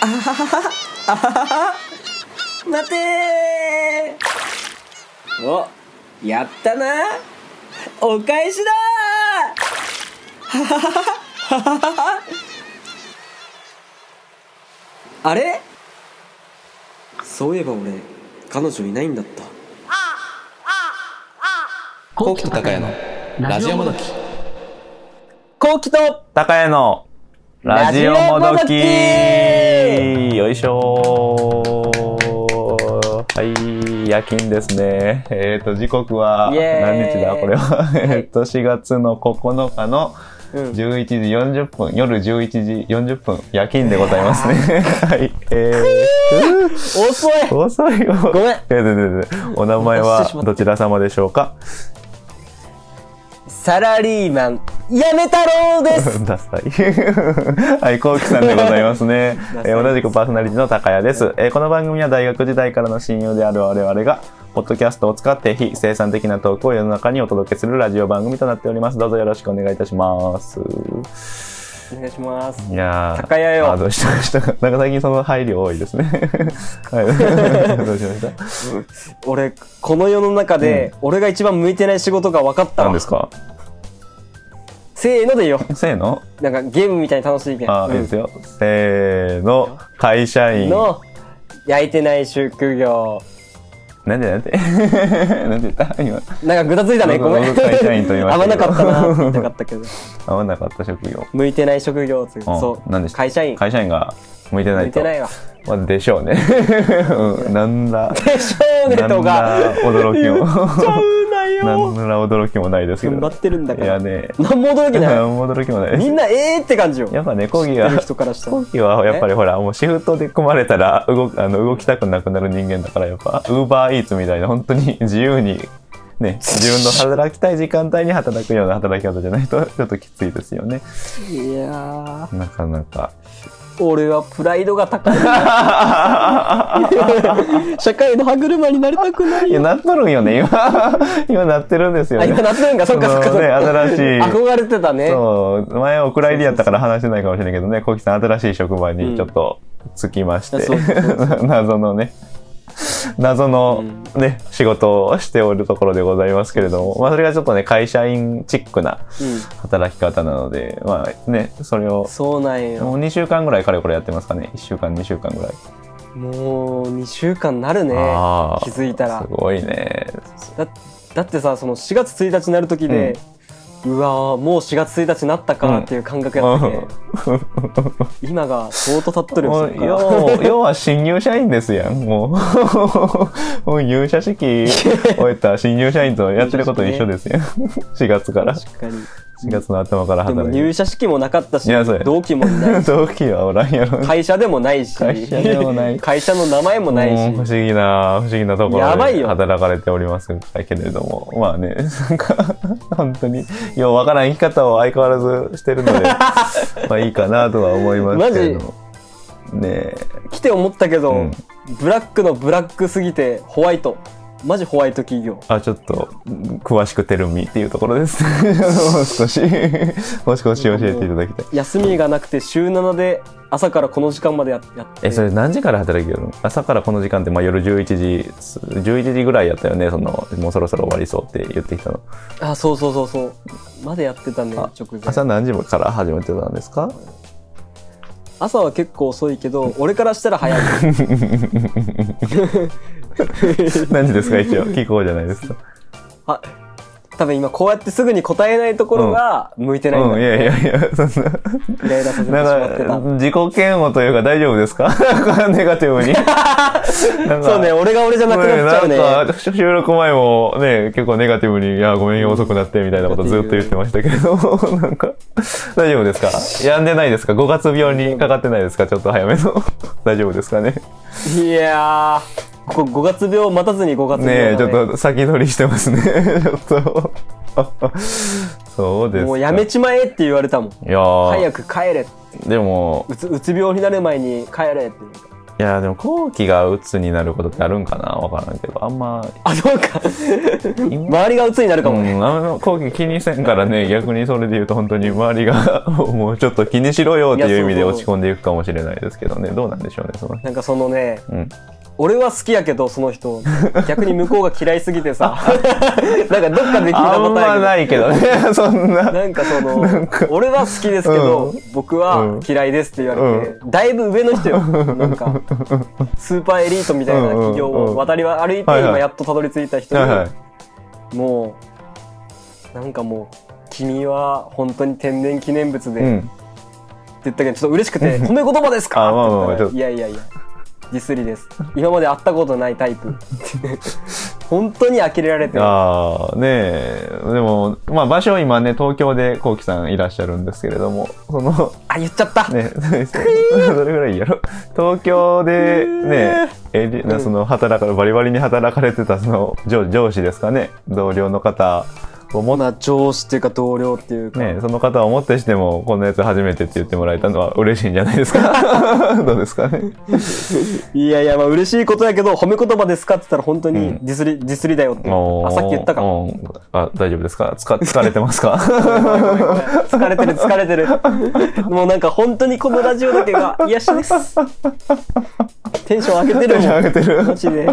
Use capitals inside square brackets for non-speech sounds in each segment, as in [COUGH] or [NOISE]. はははあははは待てーおやったなお返しだーははははははは [LAUGHS] あれそういえば俺彼女いないんだった高木と高谷のラジオもどき。こうきと高谷のラジオもどきよいしょはい、夜勤ですね。えっ、と、時刻はイエーイ何日だこれは。えっと、4月の9日のうん11時40分、夜11時40分、夜勤でございま [LAUGHS] すね。はい。えー遅い遅いよ。ごめんえーでででお名前お待たせはしましたどちら様でしょうかサラリーマンやめ太郎です [LAUGHS] ダサい。はい、こうきさんでございます [LAUGHS] ね。えー同じくパーソナリティの高谷です、えーこの番組は大学時代からの親友である我々が、ポッドキャストを使って非生産的なトークを世の中にお届けするラジオ番組となっております。どうぞよろしくお願いいたします。お願いしますいやー。高谷よあ、どうしま [LAUGHS] したかなんか最近その配慮多いですね。はい。ど [LAUGHS] うしました俺この世の中で、俺が一番向いてない仕事が分かったわ何ですかせーのでよせーのなんかゲームみたいに楽しいけんあ、いいですよ。せーの。会社うん員。の焼いてない職業なんでなん [LAUGHS] でなんで言った今。なんかぐたついたね僕ごめん僕会社員と言いま合わしたなけどかったなって言いたか [LAUGHS] ったけど合わなかった職業。向いてない職業っていううんそう何でした会社員会社員が向いてな向いいと。てないわまあ、でしょうね。うんな [LAUGHS] んだ。でしょうねなんとだか驚きも。言っちゃうななよんら驚きもないですけど。頑張ってるんだいかやらね。何も驚き [LAUGHS] ない何も驚きもないです。みんなええって感じよやっぱね、講義やはる。人からしたら講義はやっぱりほらもうシフトで組まれたら動くあの動きたくなくなる人間だからやっぱウーバーイーツみたいな本当に自由にね自分の働きたい時間帯に働くような働き方じゃないとちょっときついですよねいやーなかなか俺はプライドが [LAUGHS] 高い [LAUGHS] 社会の歯車になりたくないいやよなっとるん [LAUGHS] よね今今なってるんですよあ今ねなってるんかそっかそっかそっねか新しい憧れてたねそう前はお蔵入りやったから話してないかもしれないけどねこうきさん新しい職場にちょっとつきまして、そうそうそ [LAUGHS] 謎のね謎のね、仕事をしておるところでございますけれども、まあ、それがちょっとね会社員チックなう働き方なのでまあねそれをん、そうなんもよう2週間ぐらいかれこれやってますかね1週間2週間ぐらい、もう2週間なるねあー気づいたすらごいねだだってさその4月1日になる時で、うわーもう4月1日になったかっていう感覚やったけ、 [LAUGHS] 今が相当経っとるよもそうっから要要は新入社員ですやん、もう。 [LAUGHS] もう入社 [LAUGHS] 式終えた新入社員とやってること一緒ですやん。4月から。4確かに月の頭からでも働いて入。社式もなかったしいや [LAUGHS] そうや同期もいないし同期はおらんやろ。会社でもないし会社でもない会社の名前もないもうし不思議な、不思議なとこやばろいでよ働かれておりますけれども、まあね、なんか、本当に、ようわからん生き方を相変わらずしてるの [LAUGHS] で、まあいいかなとは思いますけれども。ねえ。来て思ったけど、うんブラックのブラックすぎてホワイトマジホワイト企業あ、ちょっと、うん詳しくテルミっていうところです。 [LAUGHS] もう少し、もう少し教えていただきたい。休みがなくて週7で朝からこの時間までややってえ、それ何時から働けるの朝からこの時間って、まあ夜11時、11時ぐらいやったよね。その、もうそろそろ終わりそうって言ってきたの。あそうそうそうそうまでやってたねあ直前朝朝何時から始めてたんですかは結構遅いけど俺からしたら [LAUGHS] 早い何時です [LAUGHS] か一応。聞こうじゃないですか。あ多分今こうやってすぐに答えないところが向いてないんだ、うん、いやいやいや、そんな。イライラさせてしまってなたんか、自己嫌悪というか大丈夫ですか [LAUGHS] なんかネガテ [LAUGHS] ィブに。なんかそうね俺が俺じゃなくなっちゃうねなんか収録前もね、結構ネガティブに、いや、ごめんよ、遅くなって、みたいなことずっと言ってましたけど、 [LAUGHS] なんか、大丈夫ですか病んでないですか ?5 月病にかかってないですかちょっと早めの。 [LAUGHS] 大丈夫ですかねいやーここ5月病を待たずに5月病だねえ、ちょっと先取りしてますね。 [LAUGHS] ちょっと。そうですか。もうやめいちまえって言われたもんやー早く帰れでも、うつうつ病になる前に帰れって言うかいやでも後期が鬱になることってあるんかなわからんけどあんまあそう [LAUGHS] か周りが鬱になるかもね、うん、あの後期気にせんからね逆にそれで言うと本当に周りが [LAUGHS] もうちょっと気にしろよっていう意味いやでそう落ち込んでいくかもしれないですけどねどうなんでしょうねそのなんかそのねうん俺は好きやけどその人逆に向こうが嫌いすぎて [LAUGHS] さなんかどっかで聞いたあこんとあまるけどないけどね [LAUGHS] そんななんかその俺は好きですけど、うん僕は嫌いですって言われて、だいぶ上の人 [LAUGHS] よなんかスーパーエリートみたいな企業うんうんうをん渡りは歩いてはいはい今やっとたどり着いた人に、はいはいもうなんかもう「君は本当に天然記念物で」うってん言ったけどちょっと嬉しくて「褒め言葉ですか?」あってまあまあま言あっちたょっら「といやいやいやディスりです今まで会ったことないタイ [LAUGHS] プ」本当に呆れられてるああねえでもまあ場所は今ね東京でこうきさんいらっしゃるんですけれどもそのあ言っちゃった、ね、 [LAUGHS] どれぐらいいいやろ東京でね、えりうんその働かバリバリに働かれてたその上上司ですかね同僚の方をもっまあ上司っていうか同僚っていうか、ね、その方をもってしてもこんなやつ初めてって言ってもらえたのは嬉しいんじゃないですか [LAUGHS] どうですかねいやいや、まあ嬉しいことやけど、褒め言葉ですかって言ったら本当うにんディスリ、ディスリだよって。おーあ、さっき言ったか。おーあ大丈夫ですかつか疲れてますか疲れてる疲れて [LAUGHS] る。もうなんか本当にこのラジオだけが癒しです。テンション上げてる [LAUGHS] も上ん。げてるマジで。いや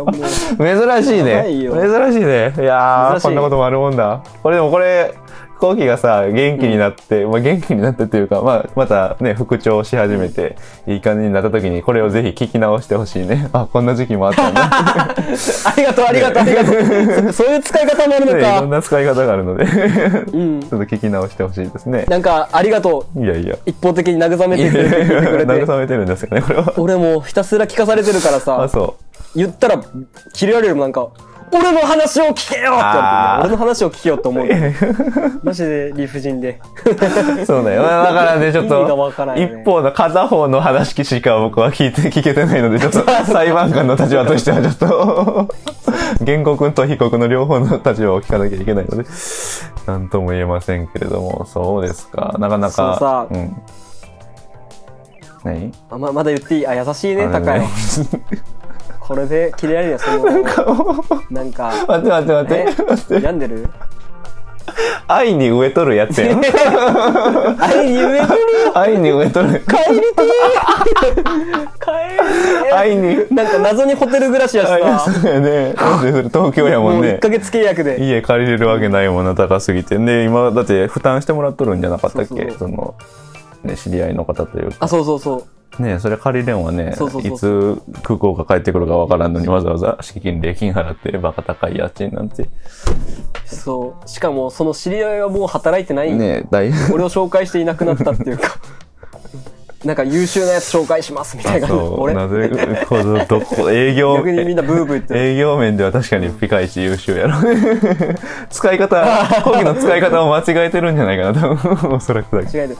もう。珍しいやねば珍しいいよねいや珍ーしいこんなこともあるもんだこれでもこれ後期がさ元気になって、まあ、元気になってっていうか、まあ、またね復調し始めていい感じになった時にこれをぜひ聞き直してほしいねあこんな時期もあったん [LAUGHS] だありがとうありがとうありがとう。そそういう使い方もあるのいろんか。な使い方があるので [LAUGHS] ちうん。ょっと聞き直してほしいですねなんかありがとう。いやいや一方的に慰 [LAUGHS] めてくれて聞いてくれて。慰めてるんですかねこれ [LAUGHS] は俺もうひたすら聞かされてるからさ。あそう言ったら切れられるもんなんか「俺の話を聞けよ!」って言わあれーて俺の話を聞けよと思うよマジで理不尽でそうだよ。まあだからね、ちょっ意味がわからと、んよね一方の片方の話しか僕は聞いて、 [LAUGHS] 聞けてないので、ちょっ [LAUGHS] と裁判官の立場としてはちょっと、 [LAUGHS] 原告と被告の両方の立場を聞かなきゃいけないので、なんとも言えませんけれども、そうですか。なかなそうさか。うん。何あままだ言っていいあ優しいねあ高れいねこれで切れられるよそのなんか [LAUGHS] 待って待ってえ待って。待って病んでる [LAUGHS] 愛に植えとるやつやん。あれに上帰愛に植えとる。りてー帰り愛に。なんか謎にホテル暮らしやし愛に、さそうやね。だってそれ東京やももんうね1。ヶ月契約で家借りれるわけないもんな高すぎてで今だって負担してもらっとるんじゃなかったっけそそうそうそうの、ね、知り合いの方というかあそうそうそうねそれ借りれんはねそうそうそうそいつ空港が帰ってくるかわからんのにわざわざ敷金礼金払ってバカ高い家賃なんてそうしかもその知り合いはもう働いてないんでね大俺を紹介していなくなったっていう [LAUGHS] かなんか優秀なやつ紹介しますみたいなそう俺なぜこのどこ営業逆にみんなブーブー言ってる営業面では確かにピカイチ優秀やろ [LAUGHS] 使い方 [LAUGHS] 講義の使い方を間違えてるんじゃないかな多分おそらくだけど違えてる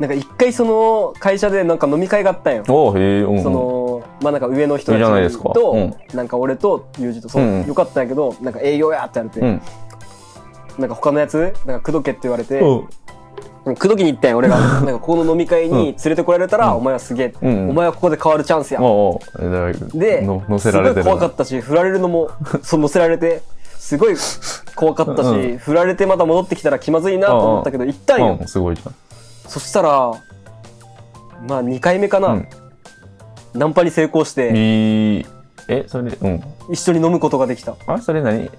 なんか一回その会社でなんか飲み会があったんよおうへえうんそのまあなんか上の人いいじゃないたでちすかとうんなんか俺と友人とそう、うんよかったんやけどなんか営業やってやれて、うんなんか他のやつなんか口説けって言われてうん口説きに行ったんよ [LAUGHS] 俺がなんかここの飲み会に連れてこられたら、お前はすげえ、うんお前はここで変わるチャンスや、おうおうえらいでの乗せられてるすごい怖なかったし振られるのも [LAUGHS] そう乗せられてすごい怖かったし、う振られてまた戻ってきたら気まずいなと思ったけど行ったんよ、うん、すごいじゃん。そしたらまあ2回目かな、うんナンパに成功していいえ、それ、うん。一緒に飲むことができたあ、それ何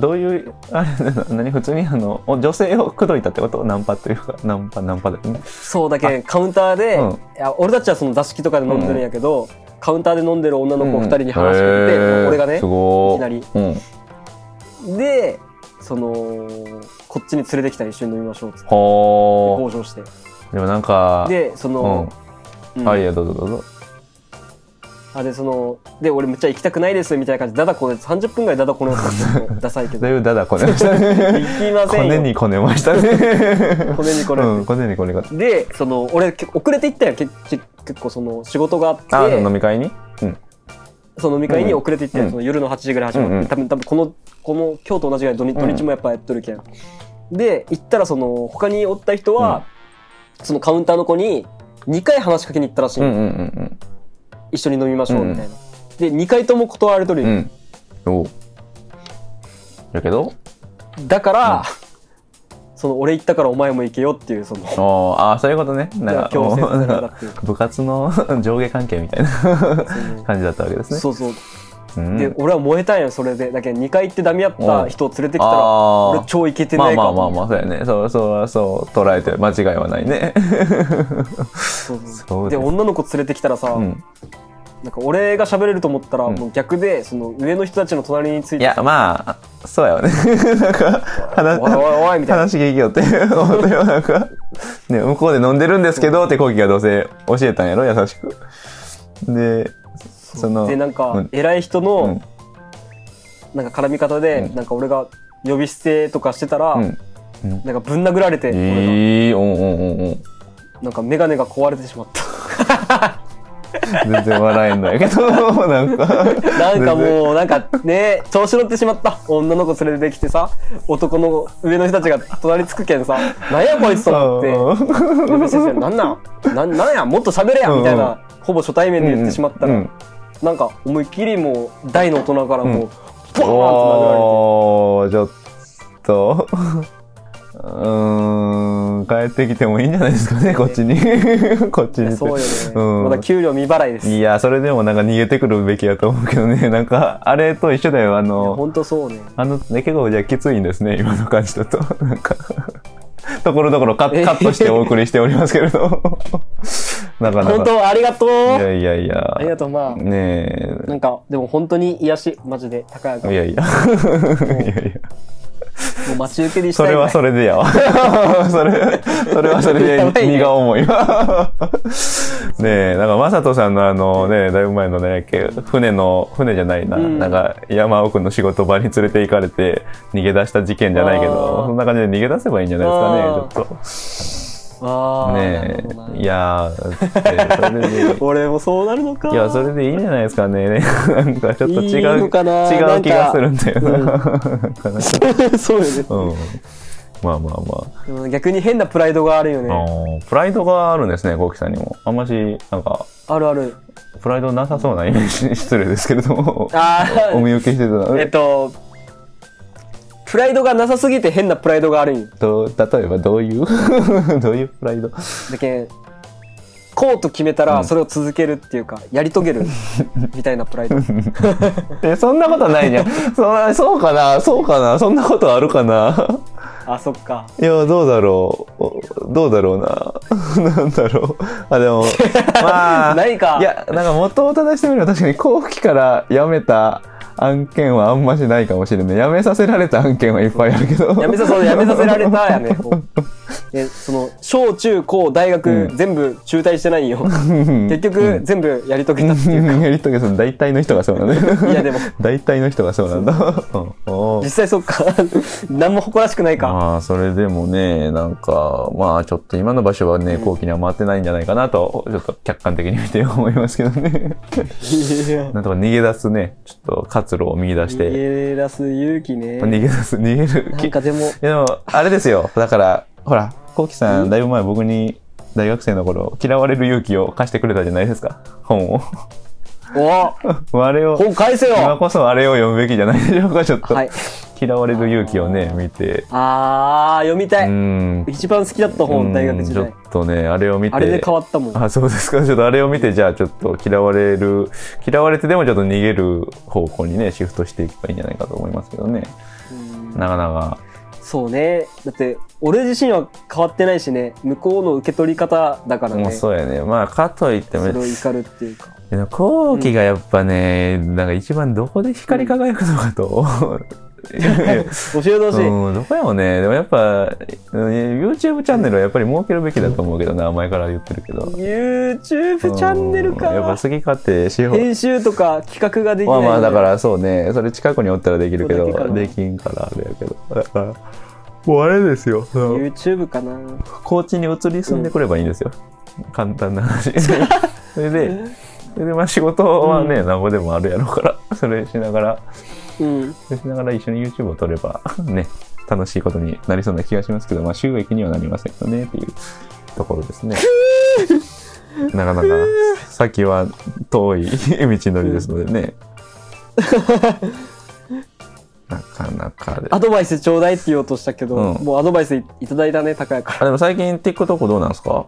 どういう、あれ、な何普通にあの、お女性を口説いたってことナンパっていうか、ナンパ、ナンパだよね。そうだけカウンターで、うんいや俺たちはその座敷とかで飲んでるんやけど、カウンターで飲んでる女の子2人に話しかけて、うん俺がねすごいきなりうん。でそのこっちに連れてきたら一緒に飲みましょうっつってほ交渉してー。でもなんか、でその、ううんん。はい、いやどうぞどうぞ。あでそので俺めっちゃ行きたくないですみたいな感じでダダこねて30分ぐらいダダこねてたのダサいけど [LAUGHS] だ行いぶダダこねましたね。きませこんよねにこねましたね。こねにこねてうん、こねにこねが。でその俺結構遅れて行ったよけけ結構その仕事があってあ、飲み会にうん。その飲み会に遅れて行ったよ、うんその夜の8時ぐらい始まって、うんうん多分多分このこの今日と同じぐらい土日土日もやっぱやっとるけん、で行ったらその他におった人は、そのカウンターの子に2回話しかけに行ったらしい、うんうんうん一緒に飲みましょううんみたいな、で2回とも断られとるうよ、ん。おうやけどだから、その俺行ったからお前も行けよっていうそのおーああ、そういうことね。なんか、強制されたっなんかていう部活の [LAUGHS] 上下関係みたいな感じだったわけですね。そうそう、うんで俺は燃えたんやそれでだけど2回行ってダメやった人を連れてきたらあー俺超イケてまなあいまかあもまあまあ、そうやね。そうそうそう、捉えて間違いはないね。そうそうそうでです女の子連れてきたらさ、うん。なんか俺が喋れると思ったら、うんもう逆でその上の人たちの隣についいてや、まあ、そうやよね。 [LAUGHS] なんか、話、おいおいおいみたいな話聞きよって [LAUGHS] 思ったよ。なんか、ね、向こうで飲んでるんですけどって、コウキがどうせ教えたんやろ、優しく。で、その、でなんうかん偉い人うのんなんか絡み方で、うんなんか俺が呼び捨てとかしてたら、うん。なんかぶん殴られて、俺ええおんおんおんおん。がなんか眼鏡が壊れてしまっ [LAUGHS] た。全然笑えんのやけど、 [LAUGHS] なんか。なんかもうなんかね調子乗ってしまった女の子連れてきてさ男の上の人たちが隣つくけん [LAUGHS] さ「なんやこいつ」と思ってって。 「呼び捨てしてなんなんなんなんやもっと喋れや」みたいうんうんなほぼ初対面で言ってしまったら、うんうんなんか思いっきりもう大の大人からもう、うボんーンとおー、ちょっと。うーん、帰ってきてもいいんじゃないですかね、こっちに。こっち殴られに。 [LAUGHS] てそうよね、うんまだ給料未払いですいや、それでもなんか逃げてくるべきやと思うけどね。なんか、あれと一緒だよ。あの、本当そうねあの、ね、結構じゃあきついんですね、 [LAUGHS] 今の感じだと。なんか、ところどころカえカットしてお送りしておりますけれど。 [LAUGHS] なかなか。本当ありがとういやいやいや。ありがとうまあねえ。なんかでも本当に癒しマジで高谷い君やいや。 [LAUGHS] いやいや。もう待ち受けにしたそいれぐらはいそれでやわ。 [LAUGHS] それ、それはそれで荷が重いわ。 [LAUGHS] ねえ、なんか、まさとさんのあのね、だいぶ前のね、け船の、船じゃないな、うんなんか、山奥の仕事場に連れて行かれて、逃げ出した事件じゃないけあど、ーそんな感じで逃げ出せばいいんじゃないですかね、ちょあっと。あ、ねなるほどなえ、いやー、だってそれでいい俺もそうなるのかいや、それでいいんじゃないですかね。 [LAUGHS] なんか、ちょっと違う、いいのかな違う気がするんだよな。な [LAUGHS] そうよね、 [LAUGHS] うん。まあまあまあ。うん逆に変なプライドがあるよね、あープライドがあるんですね、コウキさんにも。あんまし、なんか、あるあるプライドなさそうなイメージ、 [LAUGHS] 失礼ですけれども、あおあ見受けしてたの。えっとプライドがなさすぎて変なプライドがあるんよどう例えばどういう [LAUGHS] どういうプライドだけんこうと決めたらそれを続けるっていうか、やり遂げ [LAUGHS] るみたいなプライドえ、そんなことないじゃん。そそうかなそうかなそんなことあるかなあそっかいや、どうだろうおどうだろうな [LAUGHS] なんだろう [LAUGHS] あ、でも、まあ、ないかいや、なんか元を正してみれば確かに後期から辞めた案件はあんましないかもしれない。辞めさせられた案件はいっぱいあるけど。やめさそうやめさせられたやねもうでその小中高大学、全部中退してないよ結局、全部やり遂げたっていううん [LAUGHS] やりとけその大体の人がそうなんだいやでも [LAUGHS] 大体の人がそうな [LAUGHS] んだうんお実ー際そっか [LAUGHS] 何も誇らしくない [LAUGHS] かまあそれでもねなんかまあちょっと今の場所はね後期には回ってないんじゃないかなとちょっと客観的に見て思いますけどねいやなんとか逃げ出すねちょっと活路を見出し逃てげ出す勇気ね逃げ出す逃げるなんかでも [LAUGHS] いやでもあれですよだからほら後期さんだいぶ前僕に大学生の頃嫌われる勇気を貸してくれたじゃないですか本を [LAUGHS] おあれを本返せ今よこそあれを読むべきじゃないでしょうかちょっと、はい嫌われる勇気をね見てあー読みたうい、ん一番好きだった本大学時う代んちょっとねあれを見てあれで変わったもんあそうですかちょっとあれを見てじゃあちょっと嫌われる嫌われてでもちょっと逃げる方向にねシフトしていけばいいんじゃないかと思いますけどねなかなかそうねだって俺自身は変わってないしね向こうの受け取り方だからねもうそうやねまあかといってそもれを怒るっていうかでも後期がやっぱね、なんか一番どこで光り輝くのかと、教えてほしい、うん、どこやもねでもやっぱうん YouTube チャンネルはやっぱり設けるべきだと思うけどな前から言ってるけど YouTube チャンネルかうんやっぱ好き勝手しよう編集とか企画ができなまいあまあだかららそうねそれ近くにおったらできるけそうだけどどできんからあれやけどだから [LAUGHS] もうあれですよ YouTube かな高知に移り住んでくればいいんですよ、簡単な話 [LAUGHS] それでそれでまあ仕事はね、なんぼでもあるやろうからそれしながらうんそれしながら一緒に YouTube を撮ればね楽しいことになりそうな気がしますけどまあ収益にはなりませんよねっていうところですねなかなか先は遠い [LAUGHS] 道のりですのでね。なかなかで。アドバイスちょうだいって言おうとしたけど、うんもうアドバイスいただいたね、高谷から。あでも最近 TikTok どうなんですか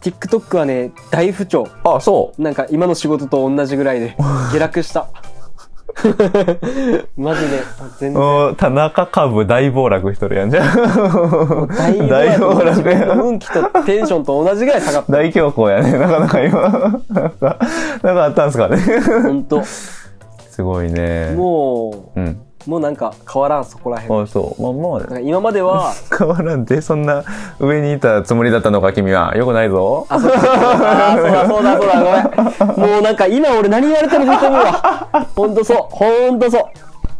TikTok はね、大不調。あそうなんか今の仕事と同じぐらいで、下落 [LAUGHS] した。マジで、全然。うん田中株大暴落しとるやんじゃん大暴落大やん運気とテンションと同じぐらい下がった。大恐慌やねなかなか今なんかなんかあったんすかねほんと。すごいねもうんう、もうなんか変わらん、そこらへん。あそうまあまあなんか今まで [LAUGHS] は、変わらんでそんな上にいたつもりだったのか君はよくないぞあ、そうだ、そうだ、そうだ、そうだ、ごめん。もうなんか今俺何言われても吹い込むわ。ほんとそう、ほんとそう。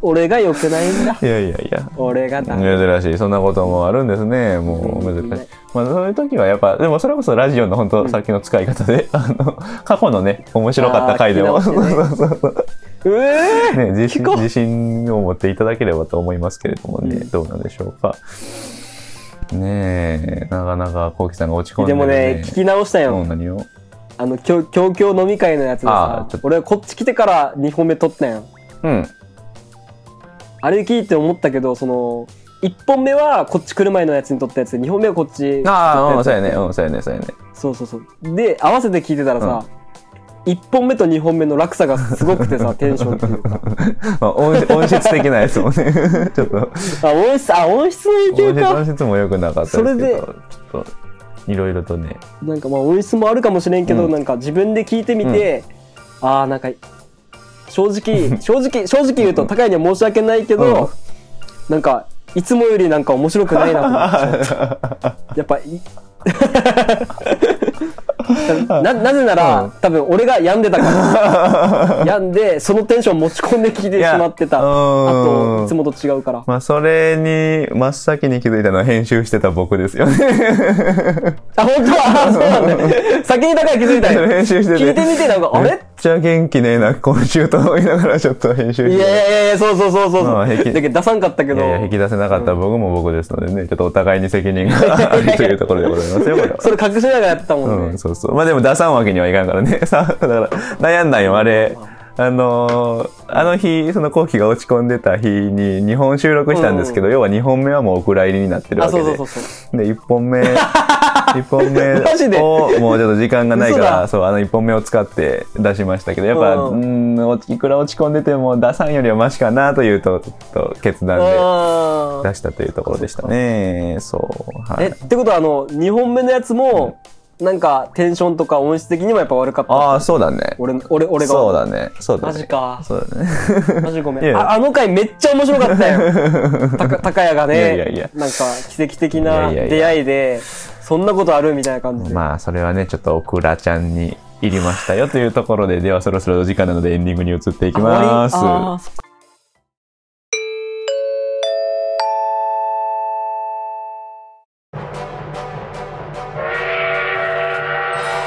俺が良くないんだ。いやいやいや俺がだ。珍しいそんなこともあるんですねもう珍しいね、まあ、そういう時はやっぱでもそれこそラジオの本当さっきの使い方で、あの過去のね面白かった回でもあー聞き直してねそうそうそううえね、自信聞こう自信を持っていただければと思いますけれどもね、どうなんでしょうか。ねえ、なかなかこうきさんが落ち込んーででる、ね。もね、聞き直したよ。うん何をあの、きょ教教飲み会のやつであーさちょっ、と俺こっち来てから2本目撮ったよ。うん。あれ聞いて思ったけど、その、1本目はこっち来る前のやつに撮ったやつで、2本目はこっち。ああ、うん、撮そっうたやつやね、うん、そうやね、そうやね。そうそうそう。で、合わせて聞いてたらさ、1本目と2本目の落差がすごくてさ、テンションっていうか。まあ、 [LAUGHS] 音音質的なやつもね、 [LAUGHS] ちょっとあ、音質、あ、音質の音影響質、か音。質も良くなかったですけど、それでちょっといろいろとね、なんかまあ音質もあるかもしれんけど、うんなんか自分で聞いてみて、ああ、なんか、正直、正直、正直言うと、高いには申し訳ないけど、うんなんか、いつもよりなんか面白くないなと思ってやっぱい [LAUGHS] ななぜなら、うん多分俺が病んでたから病んでそのテンション持ち込んで聞いてしまってたあいやうんといつもと違うからまあ、それに、真っ先に気づいたのは編集してた僕ですよね。あ本当はあそうなんだよ先にだから気づい [LAUGHS] たよ編集してて。聞いてみてなんかあめっれちゃ元気ねえな、今週と思いながらちょっと編集して。いやいやいやそうそうそうそうそうまあ平気だけど出さんかったけどいやいや、引き出せなかった僕も僕ですのでね、ちょっとお互いに責任 [LAUGHS] があるというところでございますよ、これは。それ隠しながらやってたもんね、うん、そうそう。まあでも出さんわけにはいかんからね。 [LAUGHS] さだから、悩んだんよ、あれ。あのーあの日、その後期が落ち込んでた日に2本収録したんですけど、要は2本目はもうお蔵入りになってるわあけで。そうそうそうそうで、1本 [LAUGHS] 目、一本目をマジでもうちょっと時間がないか嘘ら、だそう、あの1本目を使って出しましたけど、やっぱ、う、うんおいくら落ち込んでても出さんよりはマシかなというと、ちょっと決断で。あー出したというところでしたね。そう。はえいっ。てことはあの2本目のやつも、なんかテンションとか音質的にもやっぱ悪かったああ、そうだね。俺俺俺がそうだね。そうだね。マジかそうだね。 [LAUGHS] マジごめいやいん。やああの回めっちゃ面白かった [LAUGHS] よ。たか、たかやがね、いやいやいやなんか奇跡的いやないやいや出会いで、そんなことあるみたいな感じで。まあ、それはね、ちょっとオクラちゃんに入りましたよというところで、ではそろそろお時間なのでエンディングに移っていきあ終わります。あーそっか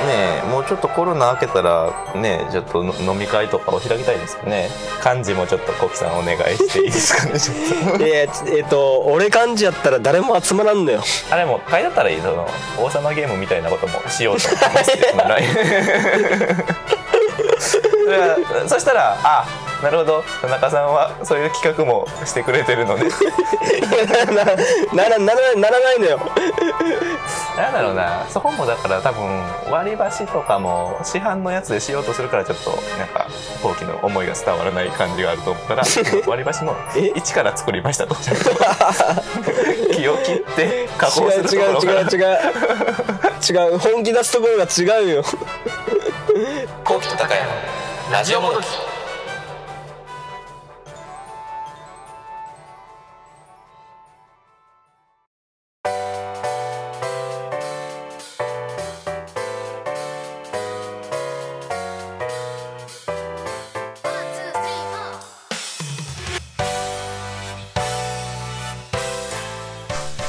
ねえもうちょっとコロナ明けたらねえちょっとの飲み会とかを開きたいですかね漢字もちょっとコキさんお願いしていいですかねちょっとえー、えっと俺感じやったら誰も集まらんのよ [LAUGHS] [LAUGHS] あれも買いだったらいいその王様ゲームみたいなこともしようと思ってますけど来年 [LAUGHS] それはそしたらあなるほど田中さんはそういう企画もしてくれてるのでならならならならないのよなんだろうなそこもだから多分割り箸とかも市販のやつでしようとするからちょっとなんか後期の思いが伝わらない感じがあると思った [LAUGHS] ら割り箸も一から作りましたと気を切って加違工うするとこ違うろから違う違う違う本気出すところが違うよ高木と高山ラジオもどきはい、はい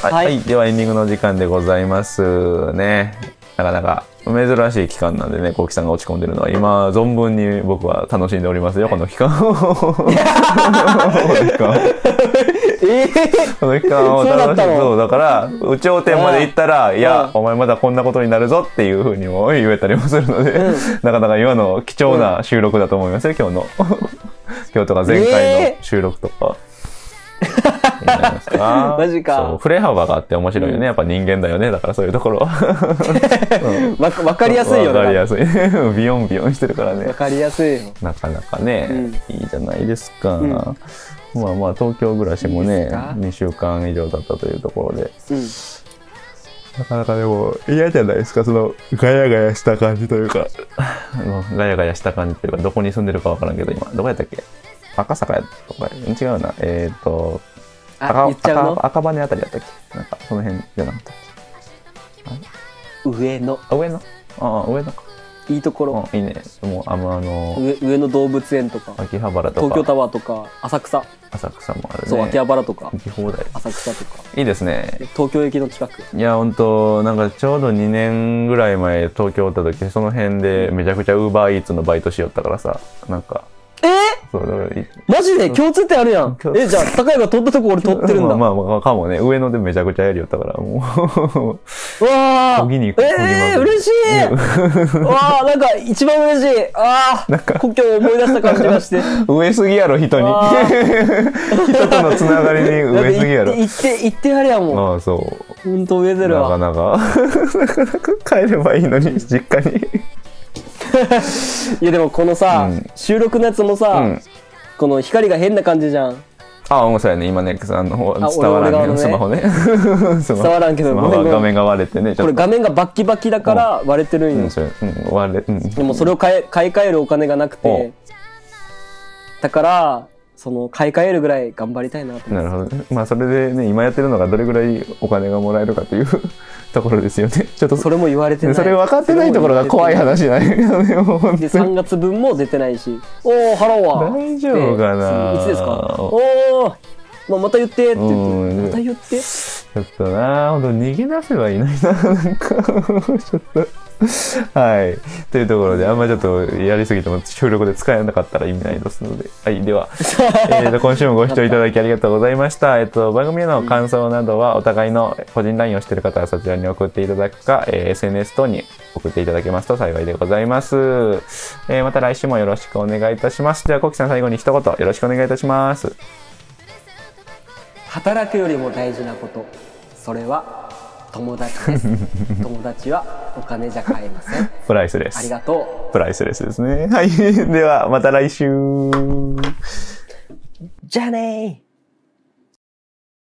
はいではエンディングの時間でございますねなかなか珍しい期間なんでね、こうきさんが落ち込んでるのは、今、存分に僕は楽しんでおりますよ、この期間 [LAUGHS] を。この期間をえこの期間をそうだ楽っしんたので、そう、だから、有頂天まで行ったら、いや、お前まだこんなことになるぞっていうふうにも言えたりもするので、なかなか今の貴重な収録だと思いますよ、今日の。 [LAUGHS] 今日とか前回の収録とか。 [LAUGHS] いいんじゃないですマジかそう、振れ幅があって面白いよね。やっぱ人間だよね。だからそういうところは。ーわわかりやすいよね。わかりやすい。 [LAUGHS] ビヨンビヨンしてるからわね。かりやすいよ。なかなかね、いいじゃないですか。まあまあ、東京暮らしもいいね、ですか2週間以上経ったというところで。うん。なかなかでも嫌じゃないですか、その、ガヤガヤした感じというか。 [LAUGHS] ガヤガヤした感じというか、どこに住んでるかわからんけど、今、どこやったっけ赤坂やとか、違うな。えっ、と、あ、赤言っちゃう赤赤羽あたりやったっけなんか、その辺じゃなかったっの上の。けあ、上野ああ、上野か。いいところ。うん、いいね。もう、あの、あの上上野動物園とか、秋葉原とか。東京タワーとか、浅草。浅草もあるね。そう、秋葉原とか行、き放題。浅草とか。いいですね。東京駅の近く。いや、本当なんかちょうど2年ぐらい前、東京おった時、その辺でめちゃくちゃウーバーイーツのバイトしよったからさ、なんか、えーそう、だからい、マジで共通点あるやん共。通え、じゃあ、高井が取ったとこ俺取ってるんだ。まあまあ、かもね、上野でめちゃくちゃやりよったから、もうわこぎに行くこぎまくええる嬉しいわあなんか一番嬉しいああ故郷を思い出した感じがしてう、 [LAUGHS] 上すぎやろ、人にあ。 [LAUGHS] 人とのつながりに [LAUGHS] 上すぎやろ [LAUGHS] だって。行って行って行ってやるやんもああ、そう。うほんと上出るなかわなか、なかなか [LAUGHS] 帰ればいいのに、実家に。いやでもこのさ、うん収録のやつもさ、うんこの光が変な感じじゃんああ、面白いね。今ね、あの、あ伝わらんね。俺スマホ [LAUGHS] ね。伝伝わらんけどスマごめホんごめん画面が割れてね、ちこょれっと。画面がバッキバキだから割れてるんよ、うん、それ、うん、割れ、うん。でもそれを買い買い替えるお金がなくおてだからその買い替えるぐらい頑張りたいなと思なるほど。まあ、それでね、今やってるのがどれぐらいお金がもらえるかという [LAUGHS] ところですよね。ちょっとうそれも言われてないそれ分かってないところが怖い話じゃないよね、もう [LAUGHS] 本で当に。 3月分も出てないし「おお払うわ」大丈夫かなでいつですか?」「おお、まあ、また言って」って言ってうん「また言って」ちょっとな、本当逃げ出せばいないな、なんか、ちょっと。 [LAUGHS] はい。というところで、あんまちょっとやりすぎても収録で使えなかったら意味ないですので。はい。では、えーと、今週もご視聴いただきありがとうございました。えっと、番組への感想などは、お互いの個人 LINE をしている方はそちらに送っていただくか、えー SNS 等に送っていただけますと幸いでございます。えーまた来週もよろしくお願いいたします。では、コキさん最後に一言よろしくお願いいたします。働くよりも大事なことそれは友達です友達はお金じゃ買えませんプライスであすり。がとうプライスレ [LAUGHS] スですね。はい。では、また来週。じゃあねー